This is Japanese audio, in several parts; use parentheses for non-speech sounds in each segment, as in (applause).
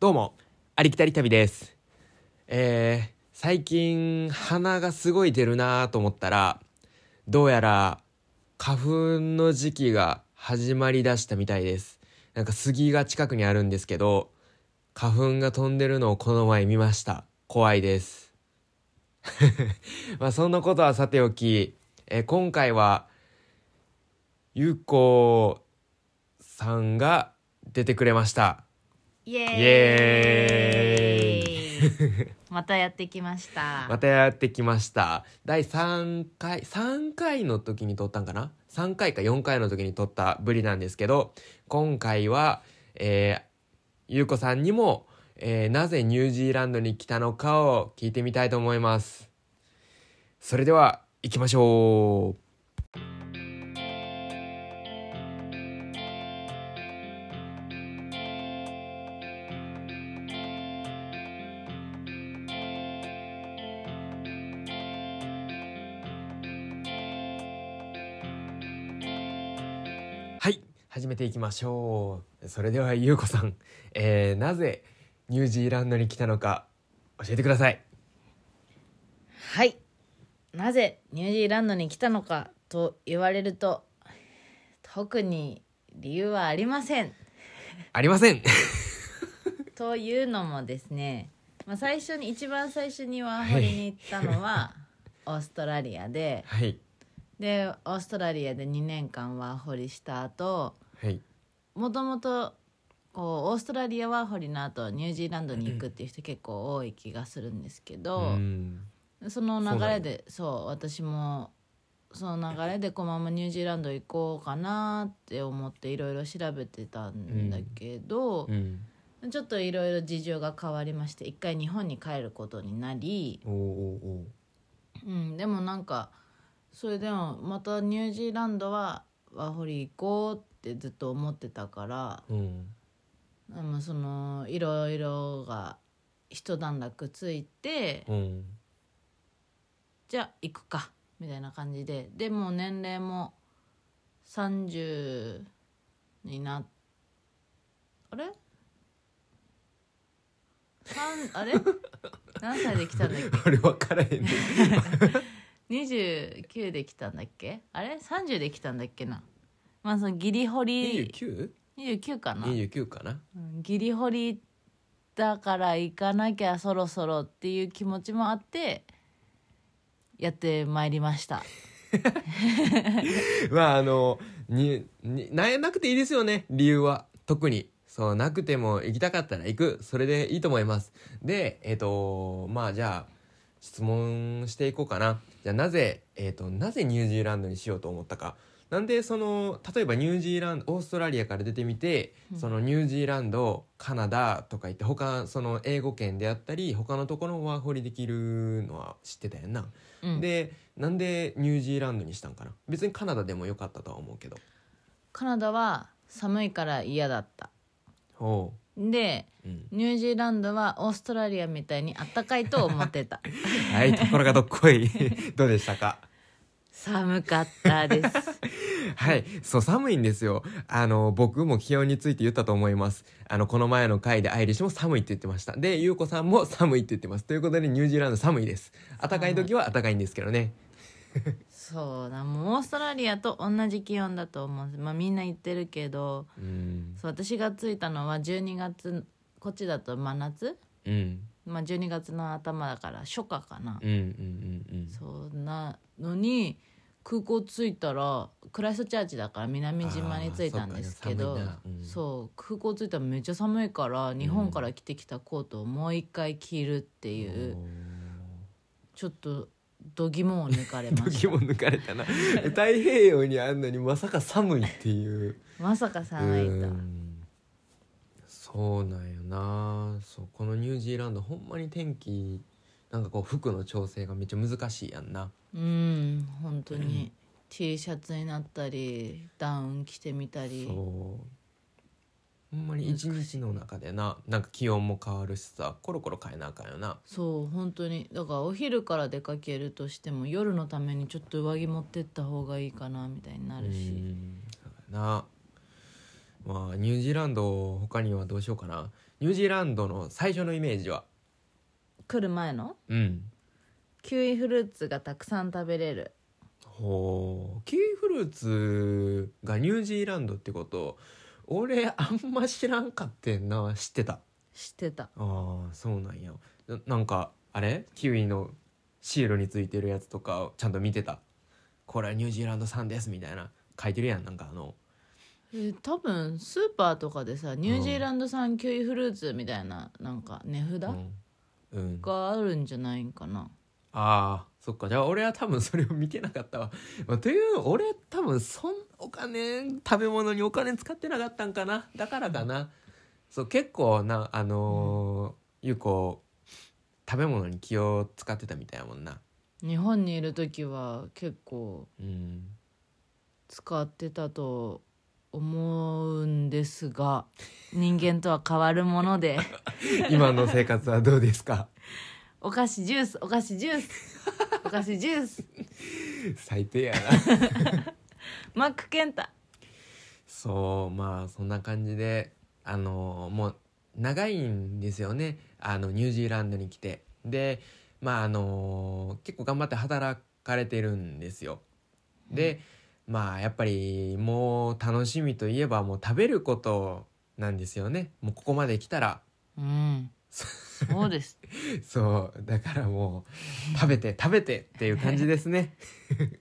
どうも、ありきたり旅です。えー、最近鼻がすごい出るなと思ったら、どうやら花粉の時期が始まりだしたみたいです。なんか杉が近くにあるんですけど、花粉が飛んでるのをこの前見ました。怖いです。 (laughs) まあそんなことはさておき、えー今回は、ゆうこさんが出てくれました。イエーイイエまたやってきました、またやってきました第3回3回の時に撮ったんかな3回か4回の時に撮ったぶりなんですけど今回は、えーゆうこさんにも、えーなぜニュージーランドに来たのかを聞いてみたいと思いますそれでは行きましょうはい始めていきましょうそれではゆうこさん、えーなぜニュージーランドに来たのか教えてくださいはいなぜニュージーランドに来たのかと言われると特に理由はありませんありま (laughs) せんというのもですね、まあ、最初に一番最初にワーホリに行ったのはオーストラリアではいでオーストラリアで2年間ワーホリした後はいもともとこうオーストラリアワーホリの後ニュージーランドに行くっていう人結構多い気がするんですけうど、んその流れでそう私もその流れでこのままニュージーランド行こうかなって思っていろいろ調べてたんだけど、うんちょっといろいろ事情が変わりまして一回日本に帰ることになり、おーおうん、でもなんかそれでもまたニュージーランドはワーホリ行こうってずっと思ってたからーおーうんあのそのいろいろが一段落ついて、うんじゃあ行くかみたいな感じででもう年齢も30になっあれ三あれ何歳で来たんだっけ (laughs) あれ分からへんね29で来たんだっけあれ30で来たんだっけなまあそのギリホリ 29? 29かな29かなうんギリホリだから行かなきゃそろそろっていう気持ちもあってやってまいりました (laughs) まああのにに悩んなくていいですよね理由は特にそうなくても行きたかったら行くそれでいいと思いますでえっ、とまあじゃあ質問していこうかなじゃあなぜえっ、となぜニュージーランドにしようと思ったかなんでその例えばニュージーランドオーストラリアから出てみて、うんそのニュージーランドカナダとか言って他その英語圏であったり他のところは掘りできるのは知ってたやんな、うんでなんでニュージーランドにしたんかな別にカナダでもよかったとは思うけどカナダは寒いから嫌だったほでう、うん、ニュージーランドはオーストラリアみたいにあったかいと思ってたはいところがどっこい (laughs) どうでしたか寒かったですはいそう寒いんですよあの僕も気温について言ったと思いますあのこの前の回でアイリッシュも寒いって言ってましたで優子さんも寒いって言ってますということでニュージーランド寒いです暖かい時は暖かいんですけどねそうだもうオーストラリアと同じ気温だと思うんですまあみんな言ってるけどうんそう私が着いたのは12月こっちだと真夏、うんまあ、12月の頭だから初夏かな、うんうんうんそうなのに空港着いたらクライストチャーチだから南島に着いたんですけどあそ,、ーそうっかじゃあ寒いなうん空港着いたらめっちゃ寒いから日本から着てきたコートをもう一回着るってういんう、ちょっと度肝を抜かれおー (laughs) まし時たも抜かれたな太平洋にあんのにまさか寒いっていうまさか寒いとうーんそうなんよなそうこのニュージーランドほんまに天気なんかこう服の調整がめっちゃ難しいやんなうん本当に T シャツになったりダウン着てみたりそうほんまに一日の中でななんか気温も変わるしさコロコロ変えなあかんよなそう本当にだからお昼から出かけるとしても夜のためにちょっと上着持ってった方がいいかなみたいになあるし、そうやなまあニュージーランド他にはどうしようかなニュージーランドの最初のイメージは来る前のうんキウイフルーツがたくさん食べれるほうキウイフルーツがニュージーランドってこと俺あんま知らんかってんな知ってた知ってたああそうなんやななんかあれキウイのシールについてるやつとかちゃんと見てたこれはニュージーランド産ですみたいな書いてるやんなんかあのえー多分スーパーとかでさニュージーランド産キウイフルーツみたいななんか値札うん、うん、があるんじゃないんかなああそっかじゃあ俺は多分それを見てなかったわ、まあ、という俺多分そんお金食べ物にお金使ってなかったんかなだからかなそう結構なあのーゆうこ食べ物に気を使ってたみたいやもんな日本にいる時は結構うん使ってたと思うんですが人間とは変わるもの (laughs) で今の生活はどうですか (laughs) お菓子ジュースお菓子ジュースお菓子ジュース最低やなマックケンタそうまあそんな感じであのもう長いんですよねあのニュージーランドに来てでまああの結構頑張って働かれてるんですよで、まあやっぱりもう楽しみといえばもう食べることなんですよねもうここまで来たらうんそうですそうだからもう食べて食べてっていう感じですね (laughs)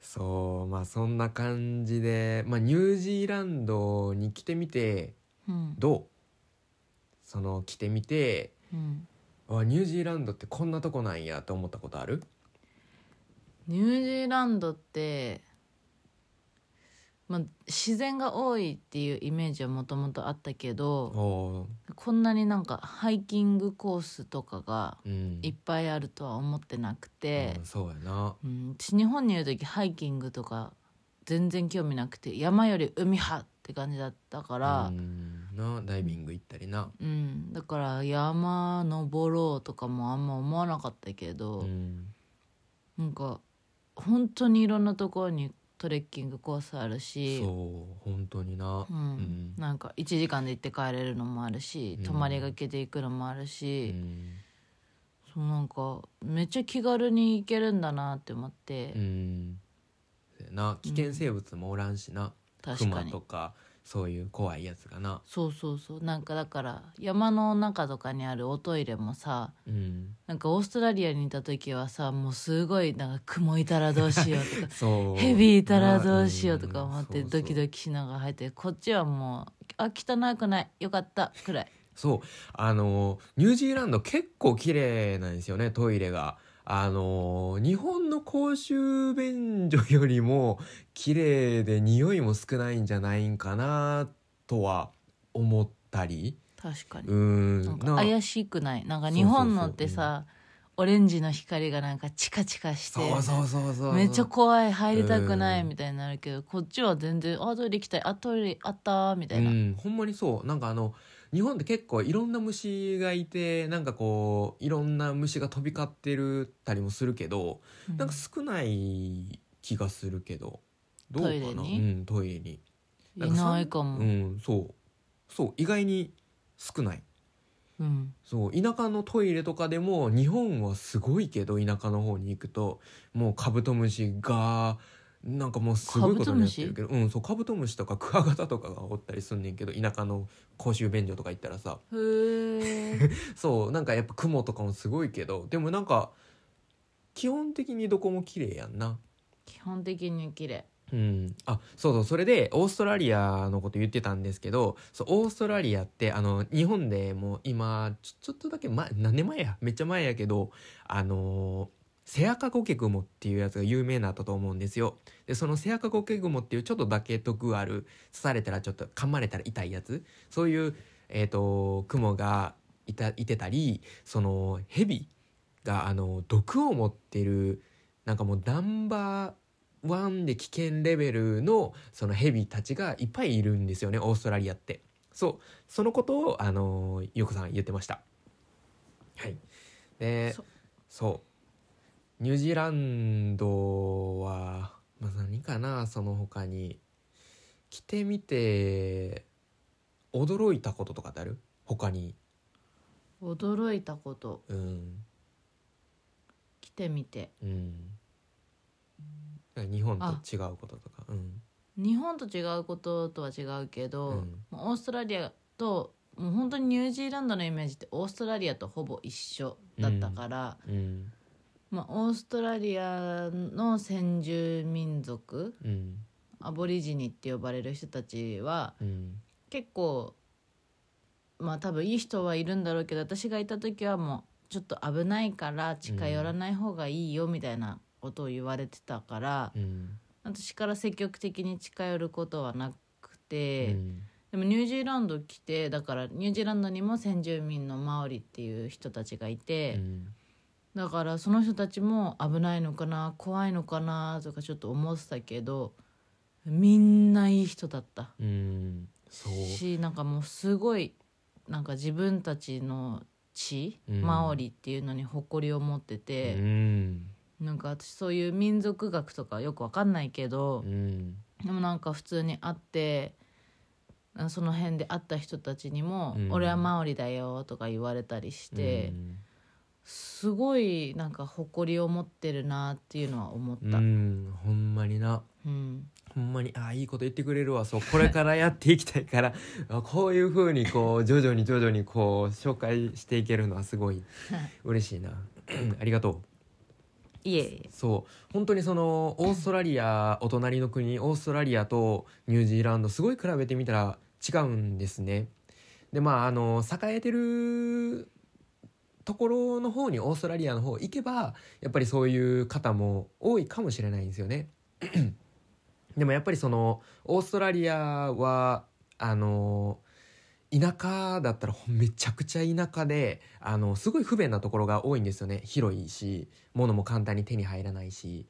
そうまあそんな感じで、まあ、ニュージーランドに来てみてうん、どうその来てみてうん、あニュージーランドってこんなとこなんやと思ったことあるニュージーランドって、まあ、自然が多いっていうイメージはもともとあったけどおこんなになんかハイキングコースとかがーうんいっぱいあるとは思ってなくて、うんそうやなうん、私日本にいる時ハイキングとか全然興味なくて山より海派って感じだったからう、んなダイビング行ったりな、うんだから山登ろうとかもあんま思わなかったけど、うんなんか本当にいろんなところにトレッキングコースあるしそう本当にな、うんうんなんか1時間で行って帰れるのもあるし、うん泊まりがけで行くのもあるうし、んそうなんかめっちゃ気軽に行けるんだなって思って、うんそうやな危険生物もおらんしな、確か熊にとかそういう怖いやつがなそうそうそうなんかだから山の中とかにあるおトイレもさうんなんかオーストラリアにいた時はさもうすごいなんか雲いたらどうしようと (laughs) かそうヘビいたらどうしようとか思ってうんドキそうドキしながら入ってこっちはもうあ汚くないよかったくらいそうあのニュージーランド結構綺麗なんですよねトイレがあの日本の公衆便所よりも綺麗で匂いも少ないんじゃないんかなとは思ったり確かうにんなんかな怪しくないなんかそうそうそう日本のってさオレンジの光がなんかチカチカしてそうそうそうそうめっちゃ怖い入りたくなういん、みたいになるけどこっちは全然あトイレ行きたいあトイレあったみたいうなんほんまにそうなんかあの日本って結構いろんな虫がいてなんかこういろんな虫が飛び交ってるたりもするけど、うんなんか少ない気がするけどどうかなトイレにうん、トイレに、なんいかそんないかもうん、そうそう意外に少ないうんそう田舎のトイレとかでも日本はすごいけど田舎の方に行くともうカブトムシがなんかもうすごいことになってるけどうんそうカブトムシとかクワガタとかがおったりすんねんけど田舎の公衆便所とか行ったらさへえそうなんかやっぱ雲とかもすごいけどでもなんか基本的にどこも綺麗やんな。 (laughs) 基本的に綺麗うん、あそうそうそれでオーストラリアのこと言ってたんですけどそうオーストラリアってあの日本でもう今ちょちょっとだけ前何年前やめっちゃ前やけどあのーセアカゴケグモっていうやつが有名になったと思うんですよでそのセアカゴケグモっていうちょっとだけ毒ある刺されたらちょっと噛まれたら痛いやつそういう、えー、とクモがいたいてたりそのヘビがあの毒を持ってるなんかもうナンバーワンで危険レベルのそのヘビたちがいっぱいいるんですよねオーストラリアってそうそのことをあのーゆうこさん言ってましたはいでそそうニュージーランドは、まあ、何かなその他に来てみて驚いたこととかってある他に驚いたことうん来てみてうん日本と違うこととかうん日本と違うこととは違うけど、うんもうオーストラリアともう本当にニュージーランドのイメージってオーストラリアとほぼ一緒だったから、うんまあ、オーストラリアの先住民族うんアボリジニって呼ばれる人たちはうん結構まあ多分いい人はいるんだろうけど私がいた時はもうちょっと危ないから近寄らない方がいいよみたいなことを言われてたから、うん私から積極的に近寄ることはなくうて、んでもニュージーランド来てだからニュージーランドにも先住民のマオリっていう人たちがいうて、んだからその人たちも危ないのかな怖いのかなとかちょっと思ってたけどみんないい人だった。うんそうしなんかもうすごいなんか自分たちの地、うんマオリっていうのに誇りを持ってうて、んなんか私そういう民族学とかよくわかんないけどう、んでもなんか普通に会ってあその辺で会った人たちにも「うん俺はマオリだよ」とか言われたりして、すごいなんか誇りを持ってるなっていうのは思っうんた。うんほんまになうん (laughs) ほんまにああいいこと言ってくれるわそうこれからやっていきたいから (laughs) あこういうふうにこう徐々に徐々にこう紹介していけるのはすごい嬉しいなありがとういえいえそう本当にそのオーストラリアお隣の国オーストラリアとニュージーランドすごい比べてみたら違うんですねでまああの栄えてるところの方にオーストラリアの方行けばやっぱりそういう方も多いかもしれないんですよねでもやっぱりそのオーストラリアはあの田舎だったらほんめちゃくちゃ田舎であのすごい不便なところが多いんですよね広いし物も簡単に手に入らないし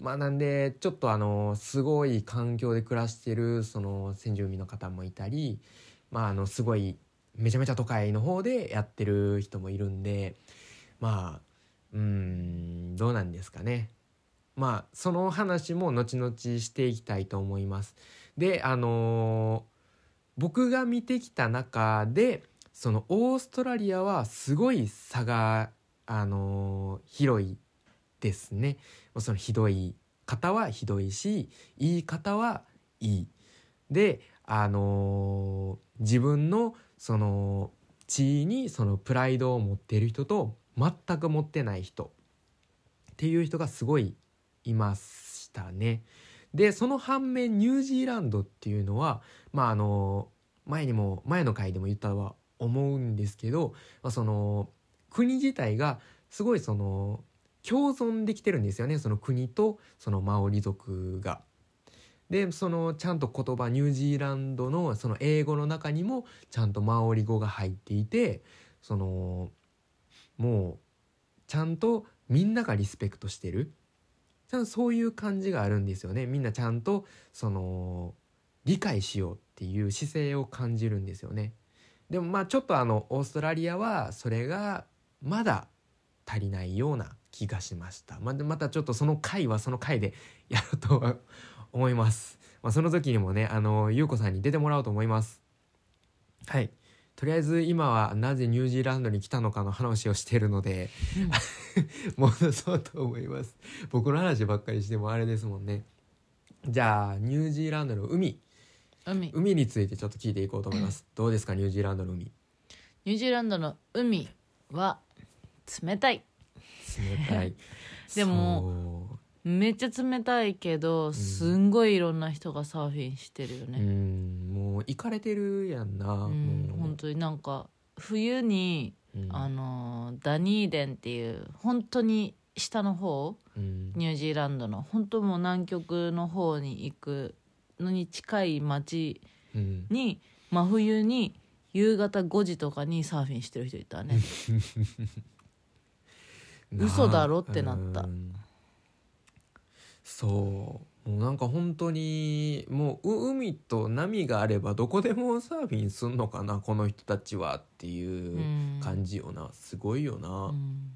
まあなんでちょっとあのすごい環境で暮らしてるその先住民の方もいたりまああのすごいめちゃめちゃ都会の方でやってる人もいるんでまあうーんどうなんですかねまあその話も後々していきたいと思います。であの僕が見てきた中でそのオーストラリアはすごい差が、あのー広いですねもうそのひどい方はひどいしいい方はいいで、あのー自分のその地位にそのプライドを持っている人と全く持ってない人っていう人がすごいいましたね。でその反面ニュージーランドっていうのはまああの前にも前の回でも言ったとは思うんですけど、まあ、その国自体がすごいその共存できてるんですよねその国とそのマオリ族が。でそのちゃんと言葉ニュージーランドのその英語の中にもちゃんとマオリ語が入っていてそのもうちゃんとみんながリスペクトしてるちゃんとそういう感じがあるんですよねみんなちゃんとその理解しようっていう姿勢を感じるんですよね。でもまあちょっとあのオーストラリアはそれがまだ足りないような気がしました。まあでまたちょっとその回はその回でやろうとは思います。まあその時にもねあの優子さんに出てもらおうと思います。はい。とりあえず今はなぜニュージーランドに来たのかの話をしているので (laughs) 戻そうと思います。僕の話ばっかりしてもあれですもんね。じゃあニュージーランドの海海海についてちょっと聞いていこうと思い (laughs) ます。どうですかニュージーランドの海。ニュージーランドの海は冷たい冷たい。でもめっちゃ冷たいけどすんごいいろんな人がサーフィンしてるよそう、うね、ん、もう行かれてるやんな。うんもう本当になんか冬に、うんあのーダニーデンっていう本当に下の方うんニュージーランドの本当もう南極の方に行くのに近い町うんに真冬に夕方5時とかにサーフィンしてる人いたねなあ嘘だろってなったうんそう。もうなんか本当にもうう海と波があればどこでもサーフィンすんのかなこの人たちはっていううん感じよな、すごいよな、うん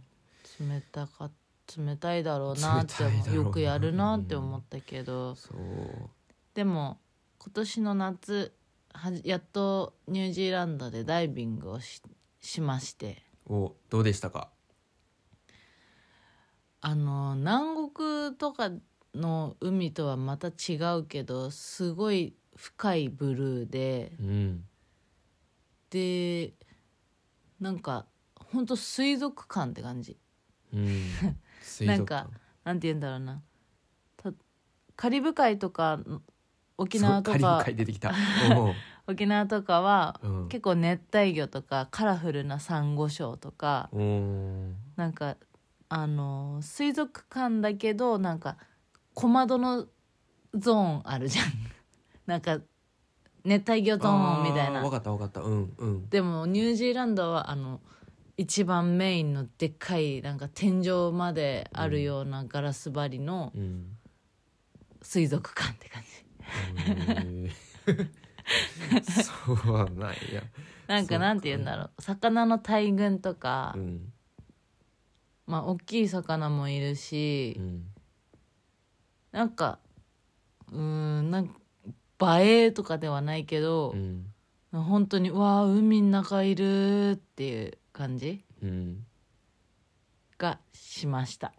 冷たか冷たいだろうなって思冷たいだろううなよくやるなって思ったけど、そうでも今年の夏はじやっとニュージーランドでダイビングをししましておどうでしたかあの南国とかの海とはまた違うけどすごい深いブルーでうんでなんかほんと水族館って感じうん (laughs) 水なん族か館なんて言うんだろうなたカリブ海とか沖すごい縄とカリブか海出てきたおう沖縄とかは、うん結構熱帯魚とかカラフルなサンゴ礁とかおーなんかあのー水族館だけどなんか小窓のゾーンあるじゃんなんか熱帯魚ゾーンみたい分なかった分かったうんうんでもニュージーランドはあの一番メインのでっかいなんか天井まであるようなガラス張りのうん水族館って感じ、へーそうはないやなんそかうなんて言うんだろう魚の大群とか、うんまあ大きい魚もいるし、うんなんかうーんなんか映えとかではないけどう、ん本当に「わあ海の中いる」っていう感じうんがしました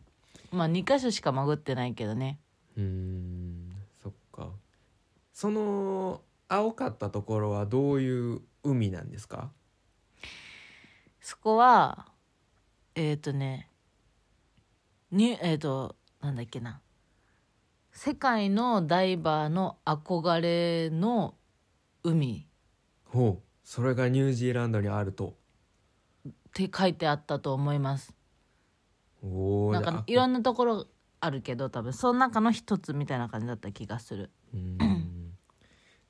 まあ2箇所しか潜ってないけどねうんそっかその青かったところはどういう海なんですかそこはえっ、ー、とねにえっ、ー、となんだっけな世界のダイバーの憧れの海ほうそれがニュージーランドにあるとって書いてあったと思いますおおなんかいろんなところあるけど多分その中の一つみたいな感じだった気がするうん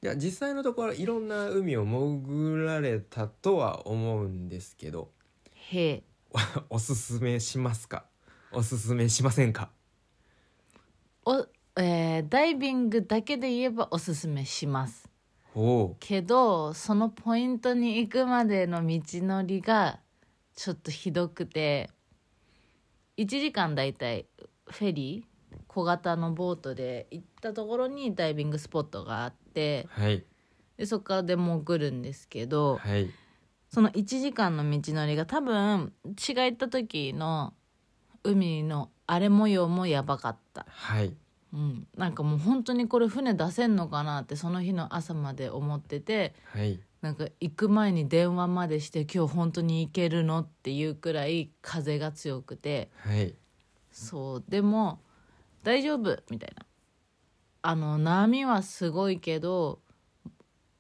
いや実際のところいろんな海を潜られたとは思うんですけどへえおすすめしますかおすすめしませんかおえーダイビングだけで言えばおすすめしますほけどそのポイントに行くまでの道のりがちょっとひどくて1時間だいたいフェリー小型のボートで行ったところにダイビングスポットがあってうはいでそこからで潜るんですけどはいその1時間の道のりが多分違った時の海の荒れ模様もやばかったはいうん、なんかもう本当にこれ船出せんのかなってその日の朝まで思っててはいなんか行く前に電話までして今日本当に行けるのっていうくらい風が強くてはいそうでも大丈夫みたいなあの波はすごいけど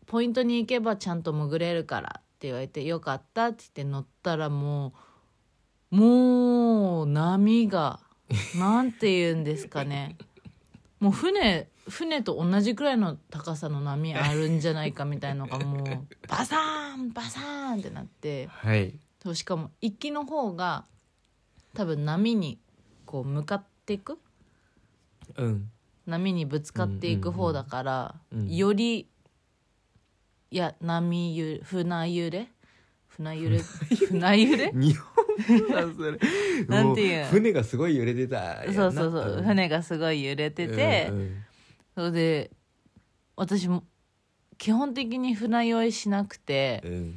ポイントに行けばちゃんと潜れるからって言われてよかったって言って乗ったらもうもう波がなんて言うんですかねもう船船と同じくらいの高さの波あるんじゃないかみたいのがもうバサーンバサーンってなって。はいそうしかも行きの方が多分波にこう向かっていくうん波にぶつかっていく方だから、うんうんうんうんよりいや波ゆ船揺れ船揺れ船揺れ (laughs) 日本語だそ (laughs) れなんていうんも船がすごい揺れてたやんなそうそうそう船がすごい揺れてて、うんうんそれで私も基本的に船酔いしなくてうん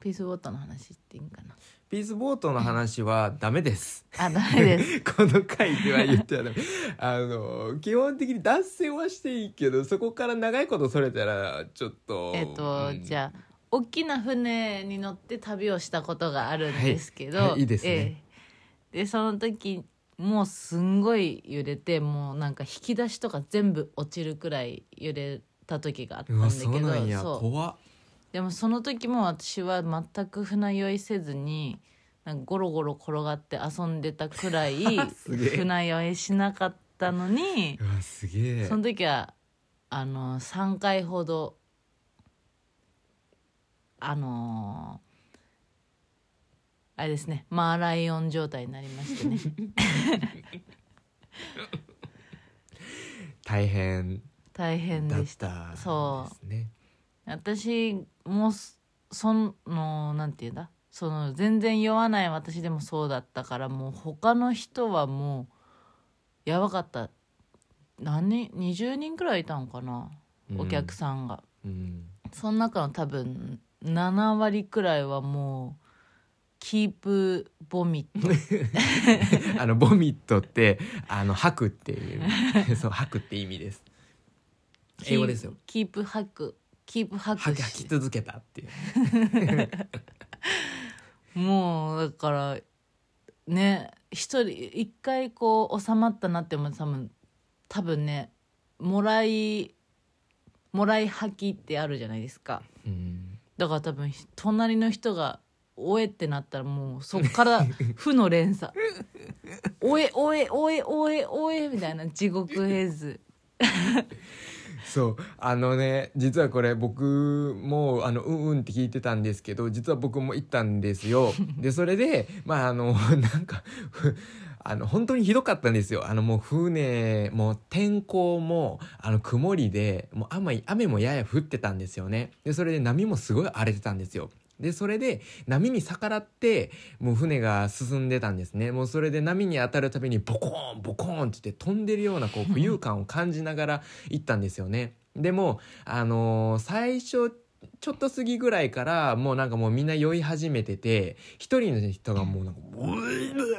ピースボートの話っていいんかなピースボートの話はダメですあダメです (laughs) この回では言ってはダメあの基本的に脱線はしていいけどそこから長いことそれたらちょっとえっと、じあゃあ大きな船に乗って旅をしたことがあるんですけど、はいはいいいですねええでその時もうすんごい揺れてもうなんか引き出しとか全部落ちるくらい揺れた時があったうんわだけそどうなんやそう怖っでもその時も私は全く船酔いせずになんかゴロゴロ転がって遊んでたくらい (laughs) すげえ船酔いしなかった (laughs) のにうわすげえその時はあの3回ほどあのーあれですねマーライオン状態になりまして (laughs) ね大変大変だっでしたたですそね私もそそのなんていうんだその全然酔わない私でもそうだったからもう他の人はもうやばかった何人20人くらいいたのかなお客さんが、うん (laughs) その中の多分7割くらいはもうキープボミットあのボミットってあの吐くっていう (laughs) そう吐くって意味です (laughs) 英語ですよキープハクキープハク吐き吐き続けたっていうもうだからね一人一回こう収まったなっても多分多分ねもらいもらい吐きってあるじゃないですかうんだから多分ひ隣の人が「おえ」ってなったらもうそっ (laughs) から負の連鎖「おえおえおえおえおえ」みたいな地獄絵図 (laughs) そうあのね実はこれ僕もあのうんうんって聞いてたんですけど実は僕も行ったんですよでそれでまああの (laughs) なんかふあの本当にひどかったんですよあのもう船もう天候もあの曇りでもう雨雨もやや降ってたんですよねでそれで波もすごい荒れてたんですよでそれで波に逆らってもう船が進んでたんですねもうそれで波に当たるたびにボコーンボコーンって言って飛んでるようなこう浮遊感を感じながら行ったんですよねでもあのー最初ちょっと過ぎぐらいからもうなんかもうみんな酔い始めてて一人の人がもうなんか「う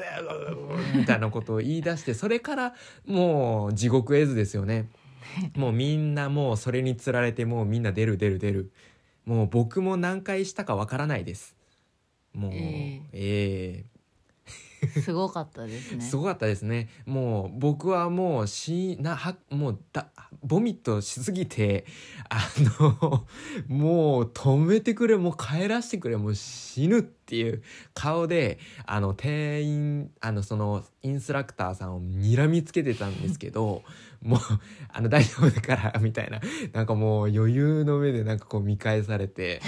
ーみたいなことを言い出してそれからもう地獄絵図ですよねもうみんなもうそれにつられてもうみんな出る出る出るもう僕も何回したかわからないですもうえええすごかったですねすごかったですねもう僕はもうしなはもうだボミットしすぎてあのもう止めてくれもう帰らせてくれもう死ぬっていう顔であの店員あのそのインストラクターさんをにらみつけてたんですけど (laughs) もうあの大丈夫だから (laughs) みたいななんかもう余裕の上でなんかこう見返され (laughs) て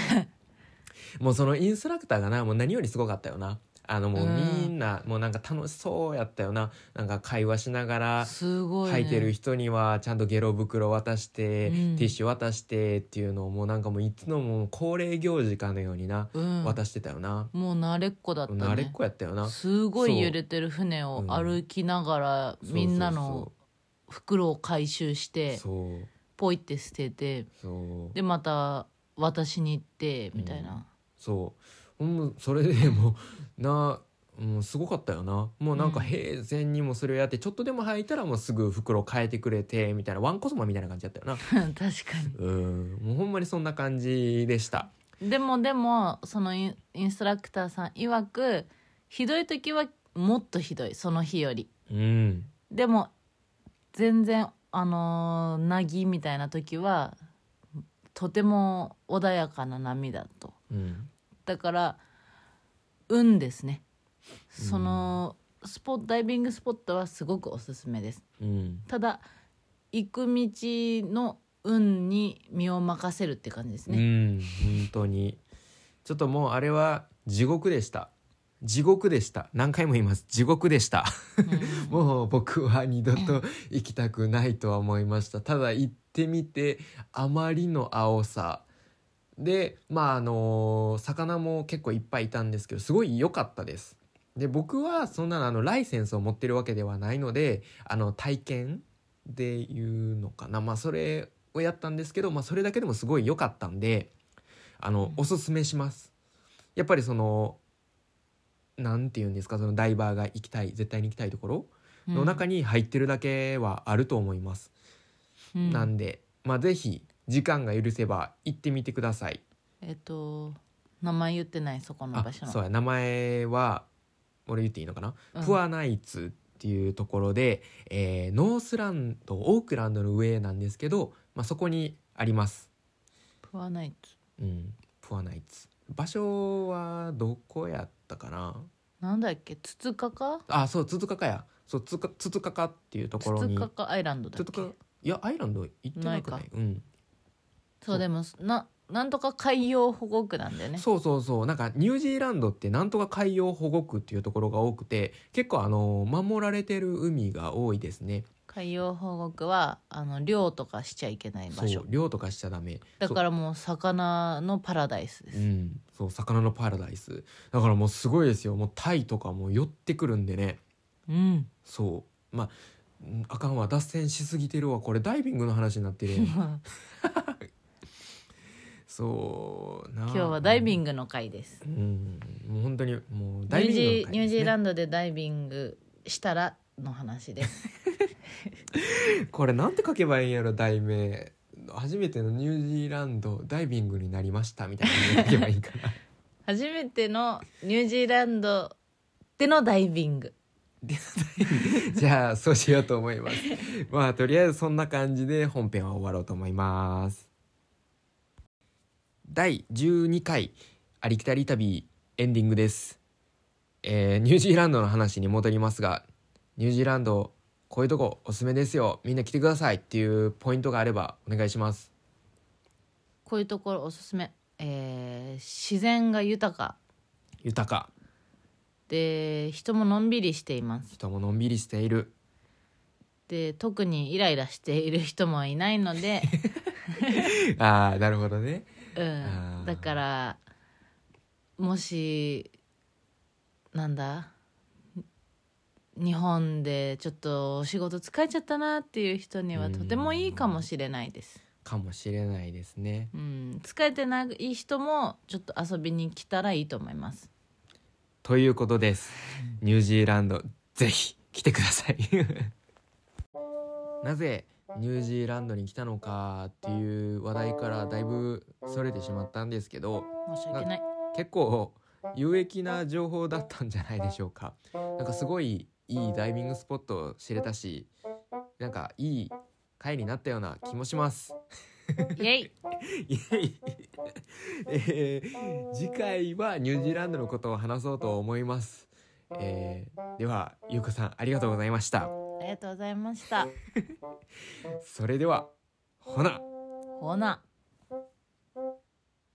もうそのインストラクターがなもう何よりすごかったよなあのもうみんなもうなんか楽しそうやったよななんか会話しながらすごい、ね、吐いてる人にはちゃんとゲロ袋渡して、うんティッシュ渡してっていうのをもうなんかもういつのもう恒例行事かのようにな、うん、渡してたよなもう慣れっこだったね慣れっこやったよなすごい揺れてる船を歩きながらみんなの袋を回収してそうポイって捨ててそうでまた渡しに行ってみたいな、そうほんまそれでもうなもうすごかったよなもうなんかうん平然にもそれをやってちょっとでも履いたらもうすぐ袋変えてくれてみたいなワンコスマみたいな感じだったよな (laughs) 確かうんもうほんまにそんな感じでしたにでもでもそのインインストラクターさん曰くひどい時はもっとひどいその日よりうんでも全然あのーなぎみたいな時はとても穏やかな波だとうんだから運ですねそのスポットダイビングスポットはすごくおすすめですうんただ行く道の運に身を任せるって感じですね、うん本当にちょっともうあれは地獄でした地獄でした何回も言います地獄でした (laughs) うんもう僕は二度と行きたくないとは思いましたただ行ってみてあまりの青さでまああの魚も結構いっぱいいたんですけどすごい良かったですで僕はそんなのあのライセンスを持ってるわけではないのであの体験っていうのかなまあそれをやったんですけど、まあ、それだけでもすごい良かったんであのおすすめしますやっぱりそのなんて言うんですかそのダイバーが行きたい絶対に行きたいところの中に入ってるだけはあると思います、うんなんでまあぜひ時間が許せば行ってみてくださいえっと名前言ってないそこのあ場所のそうや名前は俺言っていいのかな、うんプアナイツっていうところで、えーノースランドオークランドの上なんですけど、まあ、そこにありますプアナイツうんプアナイツ場所はどこやったかななんだっけツツカカあそうツツカカやそうツツカツツカカっていうとツころツにカカアイランドだツっツけカカいやアイランド行ってなくないないうんそうでもななんとか海洋保護区なんだよねそうそうそうなんかニュージーランドってなんとか海洋保護区っていうところが多くて結構あの守られてる海が多いですね海洋保護区はあの漁とかしちゃいけないそ場所う漁とかしちゃダメだかららもう魚のパラダイスう,、です、ん、そう魚のパラダイスだからもうすごいですよもうタイとかも寄ってくるんでね (laughs) うん、そうまあうん (laughs) あかんわ脱線しすぎてるわこれダイビングの話になってるやんそうな今日はダイビンングの回ですグうんもう本当にもうダニイュージビングーニュージーランンドでダイビングしたらの話ですドこれなんて書けばいいんやろ題名初めてのニュージーランドダイビングになりましたみたいなの書けばいいかな初めてのニュージーランドでのダイビング (laughs) じゃあそうしようと思いますまあとりあえずそんな感じで本編は終わろうと思います第12回ありきたり旅エンディングですえーニュージーランドの話に戻りますがニュージーランドこういうとこおすすめですよみんな来てくださいっていうポイントがあればお願いしますこういうところおすすめ、えー自然が豊か豊かで人ものんびりしています人ものんびりしているで特にイライラしている人もいない (laughs) ので、ああなるほどねうあんー、だからもしなんだ日本でちょっとお仕事疲れちゃったなっていう人にうはんとてもいいかもしれないです、かもしれないですねうん、疲れてない人もちょっと遊びに来たらいいと思いますということですニュージーランドぜひ来てください (laughs) なぜニュージーランドに来たのかっていう話題からだいぶそれてしまったんですけど申し訳ない結構有益な情報だったんじゃないでしょうかなんかすごいいいダイビングスポットを知れたしなんかいい回になったような気もしますイエイイエイえー次回はニュージーランドのことを話そうと思います。えーでは、ゆうこさんありがとうございました。ありがとうございましたそれでは、ほなほな